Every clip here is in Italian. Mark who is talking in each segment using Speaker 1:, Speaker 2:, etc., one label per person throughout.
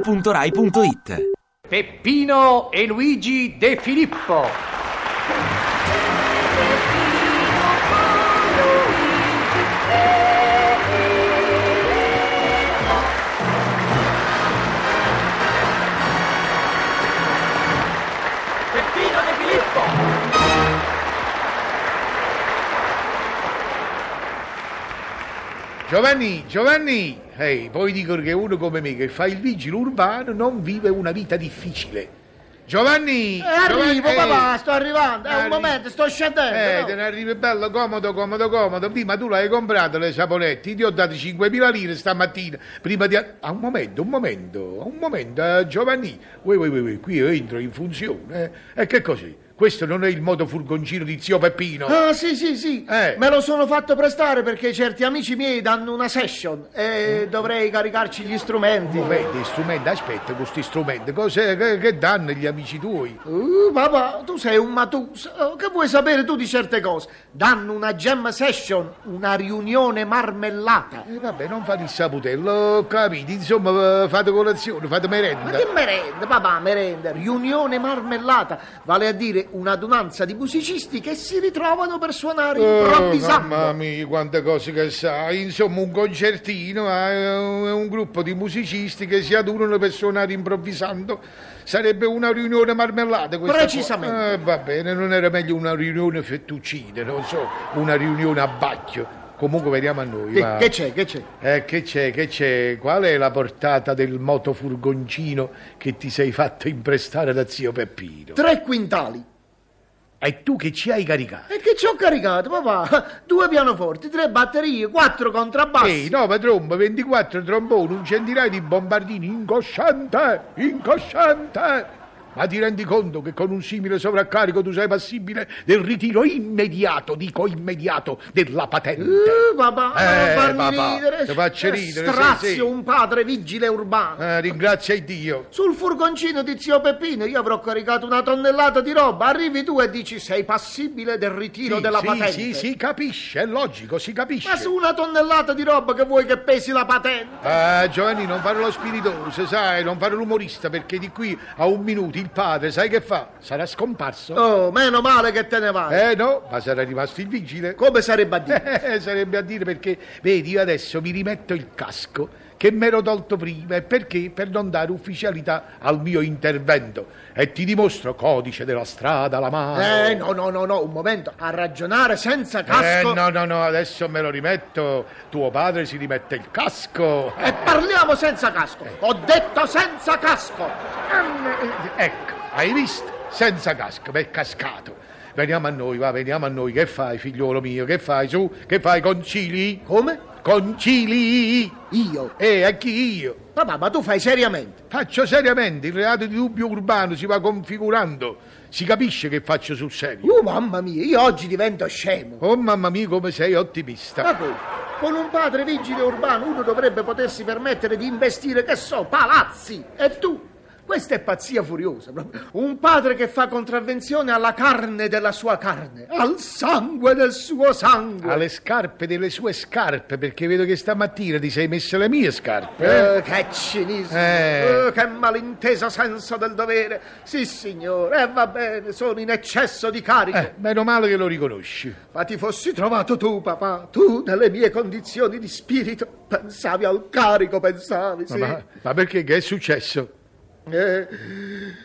Speaker 1: radio2pod.rai.it
Speaker 2: Peppino e Luigi De Filippo.
Speaker 3: Peppino De Filippo!
Speaker 4: Giovanni, Giovanni, ehi, poi dicono che uno come me che fa il vigile urbano non vive una vita difficile. Giovanni!
Speaker 5: Eh, arrivo,
Speaker 4: Giovanni-
Speaker 5: papà, sto arrivando. È
Speaker 4: Arri-
Speaker 5: un momento, sto scendendo.
Speaker 4: Eh,
Speaker 5: no?
Speaker 4: te ne arrivi bello, comodo, comodo, comodo. Prima tu l'hai comprato le saponette, io ti ho dato 5.000 lire stamattina. Prima di... a- Ah, un momento, un momento, un momento, eh, Giovanni. Ui, ui, ui, ui, qui io entro in funzione. eh. E che cos'è? Questo non è il moto furgoncino di zio Peppino.
Speaker 5: Ah, sì, sì, sì.
Speaker 4: Eh.
Speaker 5: Me lo sono fatto prestare perché certi amici miei danno una session e dovrei caricarci gli strumenti.
Speaker 4: Vedi, strumenti, aspetta, questi strumenti, cos'è, che, che danno gli amici tuoi?
Speaker 5: Uh, papà, tu sei un matuso. Oh, Che vuoi sapere tu di certe cose? Danno una jam session, una riunione marmellata.
Speaker 4: Eh, vabbè, non fate il saputello, capite? Insomma, eh, fate colazione, fate
Speaker 5: Ma
Speaker 4: merenda.
Speaker 5: che merenda, papà, merenda, riunione marmellata, vale a dire un'adunanza di musicisti che si ritrovano per suonare
Speaker 4: Oh,
Speaker 5: improvvisando.
Speaker 4: mamma mia, quante cose che sai. Insomma, un concertino è un gruppo di musicisti che si adunano per suonare improvvisando. Sarebbe una riunione marmellata questa qua.
Speaker 5: Precisamente.
Speaker 4: Eh, va bene, non era meglio una riunione fettuccine, non so, una riunione a bacchio. Comunque vediamo a noi.
Speaker 5: Che,
Speaker 4: va.
Speaker 5: che c'è, che c'è?
Speaker 4: Eh, che c'è, che c'è? Qual è la portata del motofurgoncino che ti sei fatto imprestare da zio Peppino?
Speaker 5: Tre quintali.
Speaker 4: E tu che ci hai caricato?
Speaker 5: E che ci ho caricato, papà? Due pianoforti, tre batterie, quattro
Speaker 4: Ehi,
Speaker 5: contrabbassi.
Speaker 4: nove trombe, 24 tromboni, un centinaio di bombardini, incosciante, incosciante! Ma ti rendi conto che con un simile sovraccarico tu sei passibile del ritiro immediato, dico immediato, della patente?
Speaker 5: Uh, papà, ma
Speaker 4: Eh,
Speaker 5: non farmi
Speaker 4: papà,
Speaker 5: ridere.
Speaker 4: ti faccio
Speaker 5: Eh,
Speaker 4: ridere, sì,
Speaker 5: Strazio,
Speaker 4: sì.
Speaker 5: un padre vigile urbano.
Speaker 4: Eh, ringrazia Dio.
Speaker 5: Sul furgoncino di zio Peppino io avrò caricato una tonnellata di roba. Arrivi tu e dici sei passibile del ritiro
Speaker 4: Sì,
Speaker 5: della
Speaker 4: sì,
Speaker 5: patente.
Speaker 4: sì, si capisce, è logico, si capisce.
Speaker 5: Ma su una tonnellata di roba che vuoi che pesi la patente?
Speaker 4: Ah, Giovanni, non fare lo spiritoso, sai, non fare l'umorista, perché di qui a un minuto il padre, sai che fa? Sarà scomparso?
Speaker 5: Oh, meno male che te ne vai.
Speaker 4: Eh no, ma sarà rimasto il vigile.
Speaker 5: Come sarebbe a dire?
Speaker 4: Eh, sarebbe a dire perché, vedi, io adesso mi rimetto il casco che mi ero tolto prima e perché? Per non dare ufficialità al mio intervento. E ti dimostro codice della strada, la mano.
Speaker 5: Eh, no, no, no, no, un momento. A ragionare senza casco.
Speaker 4: Eh, no, no, no, adesso me lo rimetto. Tuo padre si rimette il casco.
Speaker 5: E parliamo senza casco. Ho detto senza casco.
Speaker 4: Ecco, hai visto? Senza casco, è cascato. Veniamo a noi, va, veniamo a noi. Che fai, figliolo mio? Che fai, su? Che fai, concili?
Speaker 5: Come?
Speaker 4: Concili!
Speaker 5: Io.
Speaker 4: E a chi io?
Speaker 5: Papà, ma tu fai seriamente?
Speaker 4: Faccio seriamente, il reato di dubbio urbano si va configurando. Si capisce che faccio sul serio.
Speaker 5: Uh, mamma mia, io oggi divento scemo.
Speaker 4: Oh mamma mia, come sei
Speaker 5: Ma
Speaker 4: ottimista.
Speaker 5: come? Con un padre vigile urbano uno dovrebbe potersi permettere di investire, che so, palazzi. E tu? Questa è pazzia furiosa. proprio. Un padre che fa contravvenzione alla carne della sua carne, al sangue del suo sangue.
Speaker 4: Alle scarpe delle sue scarpe, perché vedo che stamattina ti sei messe le mie scarpe. eh?
Speaker 5: Eh, che cinismo,
Speaker 4: Eh.
Speaker 5: eh, che malinteso senso del dovere. Sì, signore, eh, va bene, sono in eccesso di carico.
Speaker 4: Eh, meno male che lo riconosci.
Speaker 5: Ma ti fossi trovato tu, papà, tu nelle mie condizioni di spirito, pensavi al carico, pensavi, sì.
Speaker 4: Ma, ma perché che è successo?
Speaker 5: Eh,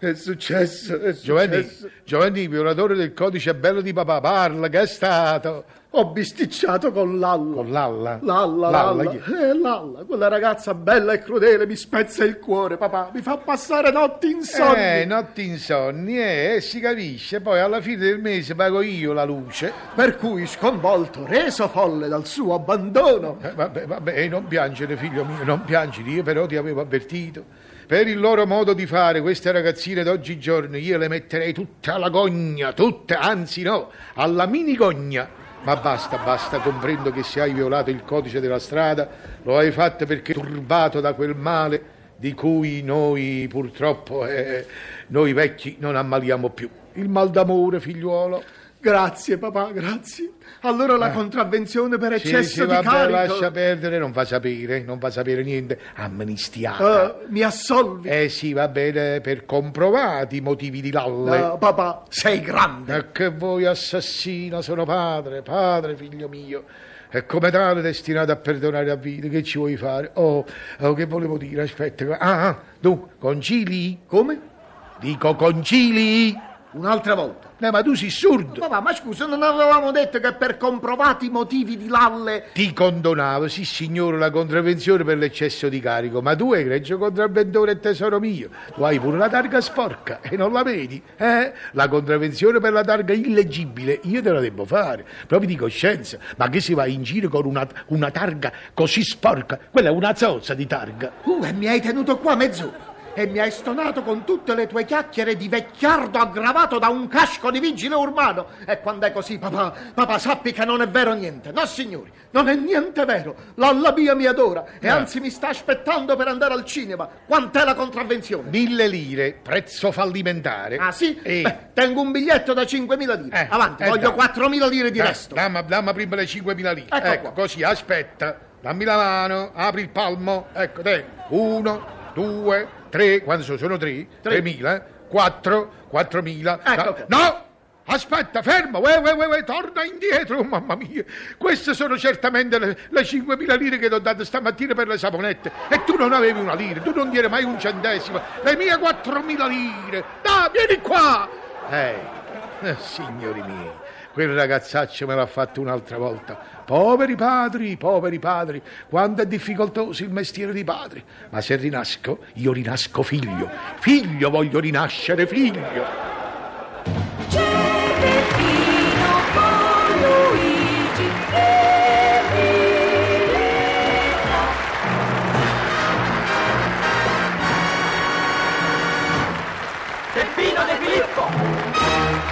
Speaker 5: è successo, è
Speaker 4: Giovanni,
Speaker 5: successo.
Speaker 4: Giovanni, violatore del codice bello di papà, parla, che è stato?
Speaker 5: Ho bisticciato con Lalla.
Speaker 4: Con l'alla.
Speaker 5: Lalla, Lalla,
Speaker 4: chi-
Speaker 5: Eh, Lalla, quella ragazza bella e crudele mi spezza il cuore, papà, mi fa passare notti insonni.
Speaker 4: Eh, notti insonni, eh, si capisce. Poi alla fine del mese pago io la luce.
Speaker 5: Per cui, sconvolto, reso folle dal suo abbandono,
Speaker 4: Eh, vabbè, vabbè, eh, non piangere, figlio mio, non piangere, io però ti avevo avvertito. Per il loro modo di fare, queste ragazzine d'oggigiorno, io le metterei tutte alla gogna, tutte, anzi no, alla minigogna. Ma basta, basta, comprendo che se hai violato il codice della strada, lo hai fatto perché turbato da quel male di cui noi purtroppo, eh, noi vecchi, non ammaliamo più. Il mal d'amore, figliuolo.
Speaker 5: Grazie papà, grazie. Allora la contravvenzione per
Speaker 4: Eh. Sì,
Speaker 5: eccesso
Speaker 4: sì,
Speaker 5: di
Speaker 4: vabbè,
Speaker 5: carico. eh,
Speaker 4: lascia perdere, non fa sapere, non fa sapere niente. Amnistiata.
Speaker 5: Eh, mi assolvi.
Speaker 4: Eh sì, va bene, per comprovati i motivi di lalle.
Speaker 5: No, Eh, papà, sei grande.
Speaker 4: E che voi assassina sono padre, padre figlio mio. E come tale destinato a perdonare a vita, che ci vuoi fare? Oh, oh, che volevo dire, aspetta. Ah, ah, dunque, concili?
Speaker 5: Come?
Speaker 4: Dico concili?
Speaker 5: Un'altra volta.
Speaker 4: No, ma tu sei sordo.
Speaker 5: Papà, ma scusa, non avevamo detto che per comprovati motivi di lalle
Speaker 4: Ti condonavo, sì signore, la contravvenzione per l'eccesso di carico, ma tu egregio contravventore e tesoro mio, tu hai pure la targa sporca e non la vedi, eh? La contravvenzione per la targa illeggibile, io te la devo fare, proprio di coscienza, ma che si va in giro con una, una targa così sporca? Quella è una zozza di targa.
Speaker 5: Uh, e mi hai tenuto qua mezz'ora. E mi hai stonato con tutte le tue chiacchiere di vecchiardo aggravato da un casco di vigile urbano. E quando è così, papà, papà, sappi che non è vero niente. No, signori, non è niente vero. L'allabia mi adora e
Speaker 4: Eh.
Speaker 5: anzi mi sta aspettando per andare al cinema. Quant'è la contravvenzione?
Speaker 4: Mille lire, prezzo fallimentare.
Speaker 5: Ah, sì?
Speaker 4: Eh.
Speaker 5: Beh, tengo un biglietto da 5.000 lire.
Speaker 4: Eh,
Speaker 5: Avanti,
Speaker 4: eh, dai.
Speaker 5: voglio 4.000 lire di
Speaker 4: Da-
Speaker 5: resto.
Speaker 4: Dammi, dammi prima le 5.000 lire.
Speaker 5: Ecco
Speaker 4: Ecco,
Speaker 5: qua.
Speaker 4: così, aspetta. Dammi la mano, apri il palmo. Ecco, te. Uno, due, tre. Quanto sono? Sono tre?
Speaker 5: Tre.
Speaker 4: 3.000. Quattro, 4.000.
Speaker 5: Ecco
Speaker 4: Da-
Speaker 5: qua.
Speaker 4: No! Aspetta, fermo, uè, uè, uè, uè, torna indietro, oh, mamma mia. Queste sono certamente le, le 5.000 lire che ti ho dato stamattina per le saponette. E tu non avevi una lira, tu non dire mai un centesimo. Le mie 4.000 lire. Dai, vieni qua. Eh, eh, signori miei, quel ragazzaccio me l'ha fatto un'altra volta. Poveri padri, poveri padri, quanto è difficoltoso il mestiere di padri. Ma se rinasco, io rinasco figlio. Figlio voglio rinascere, figlio.
Speaker 1: C'è Peppino con Luigi e Filippo.
Speaker 3: Peppino De Filippo,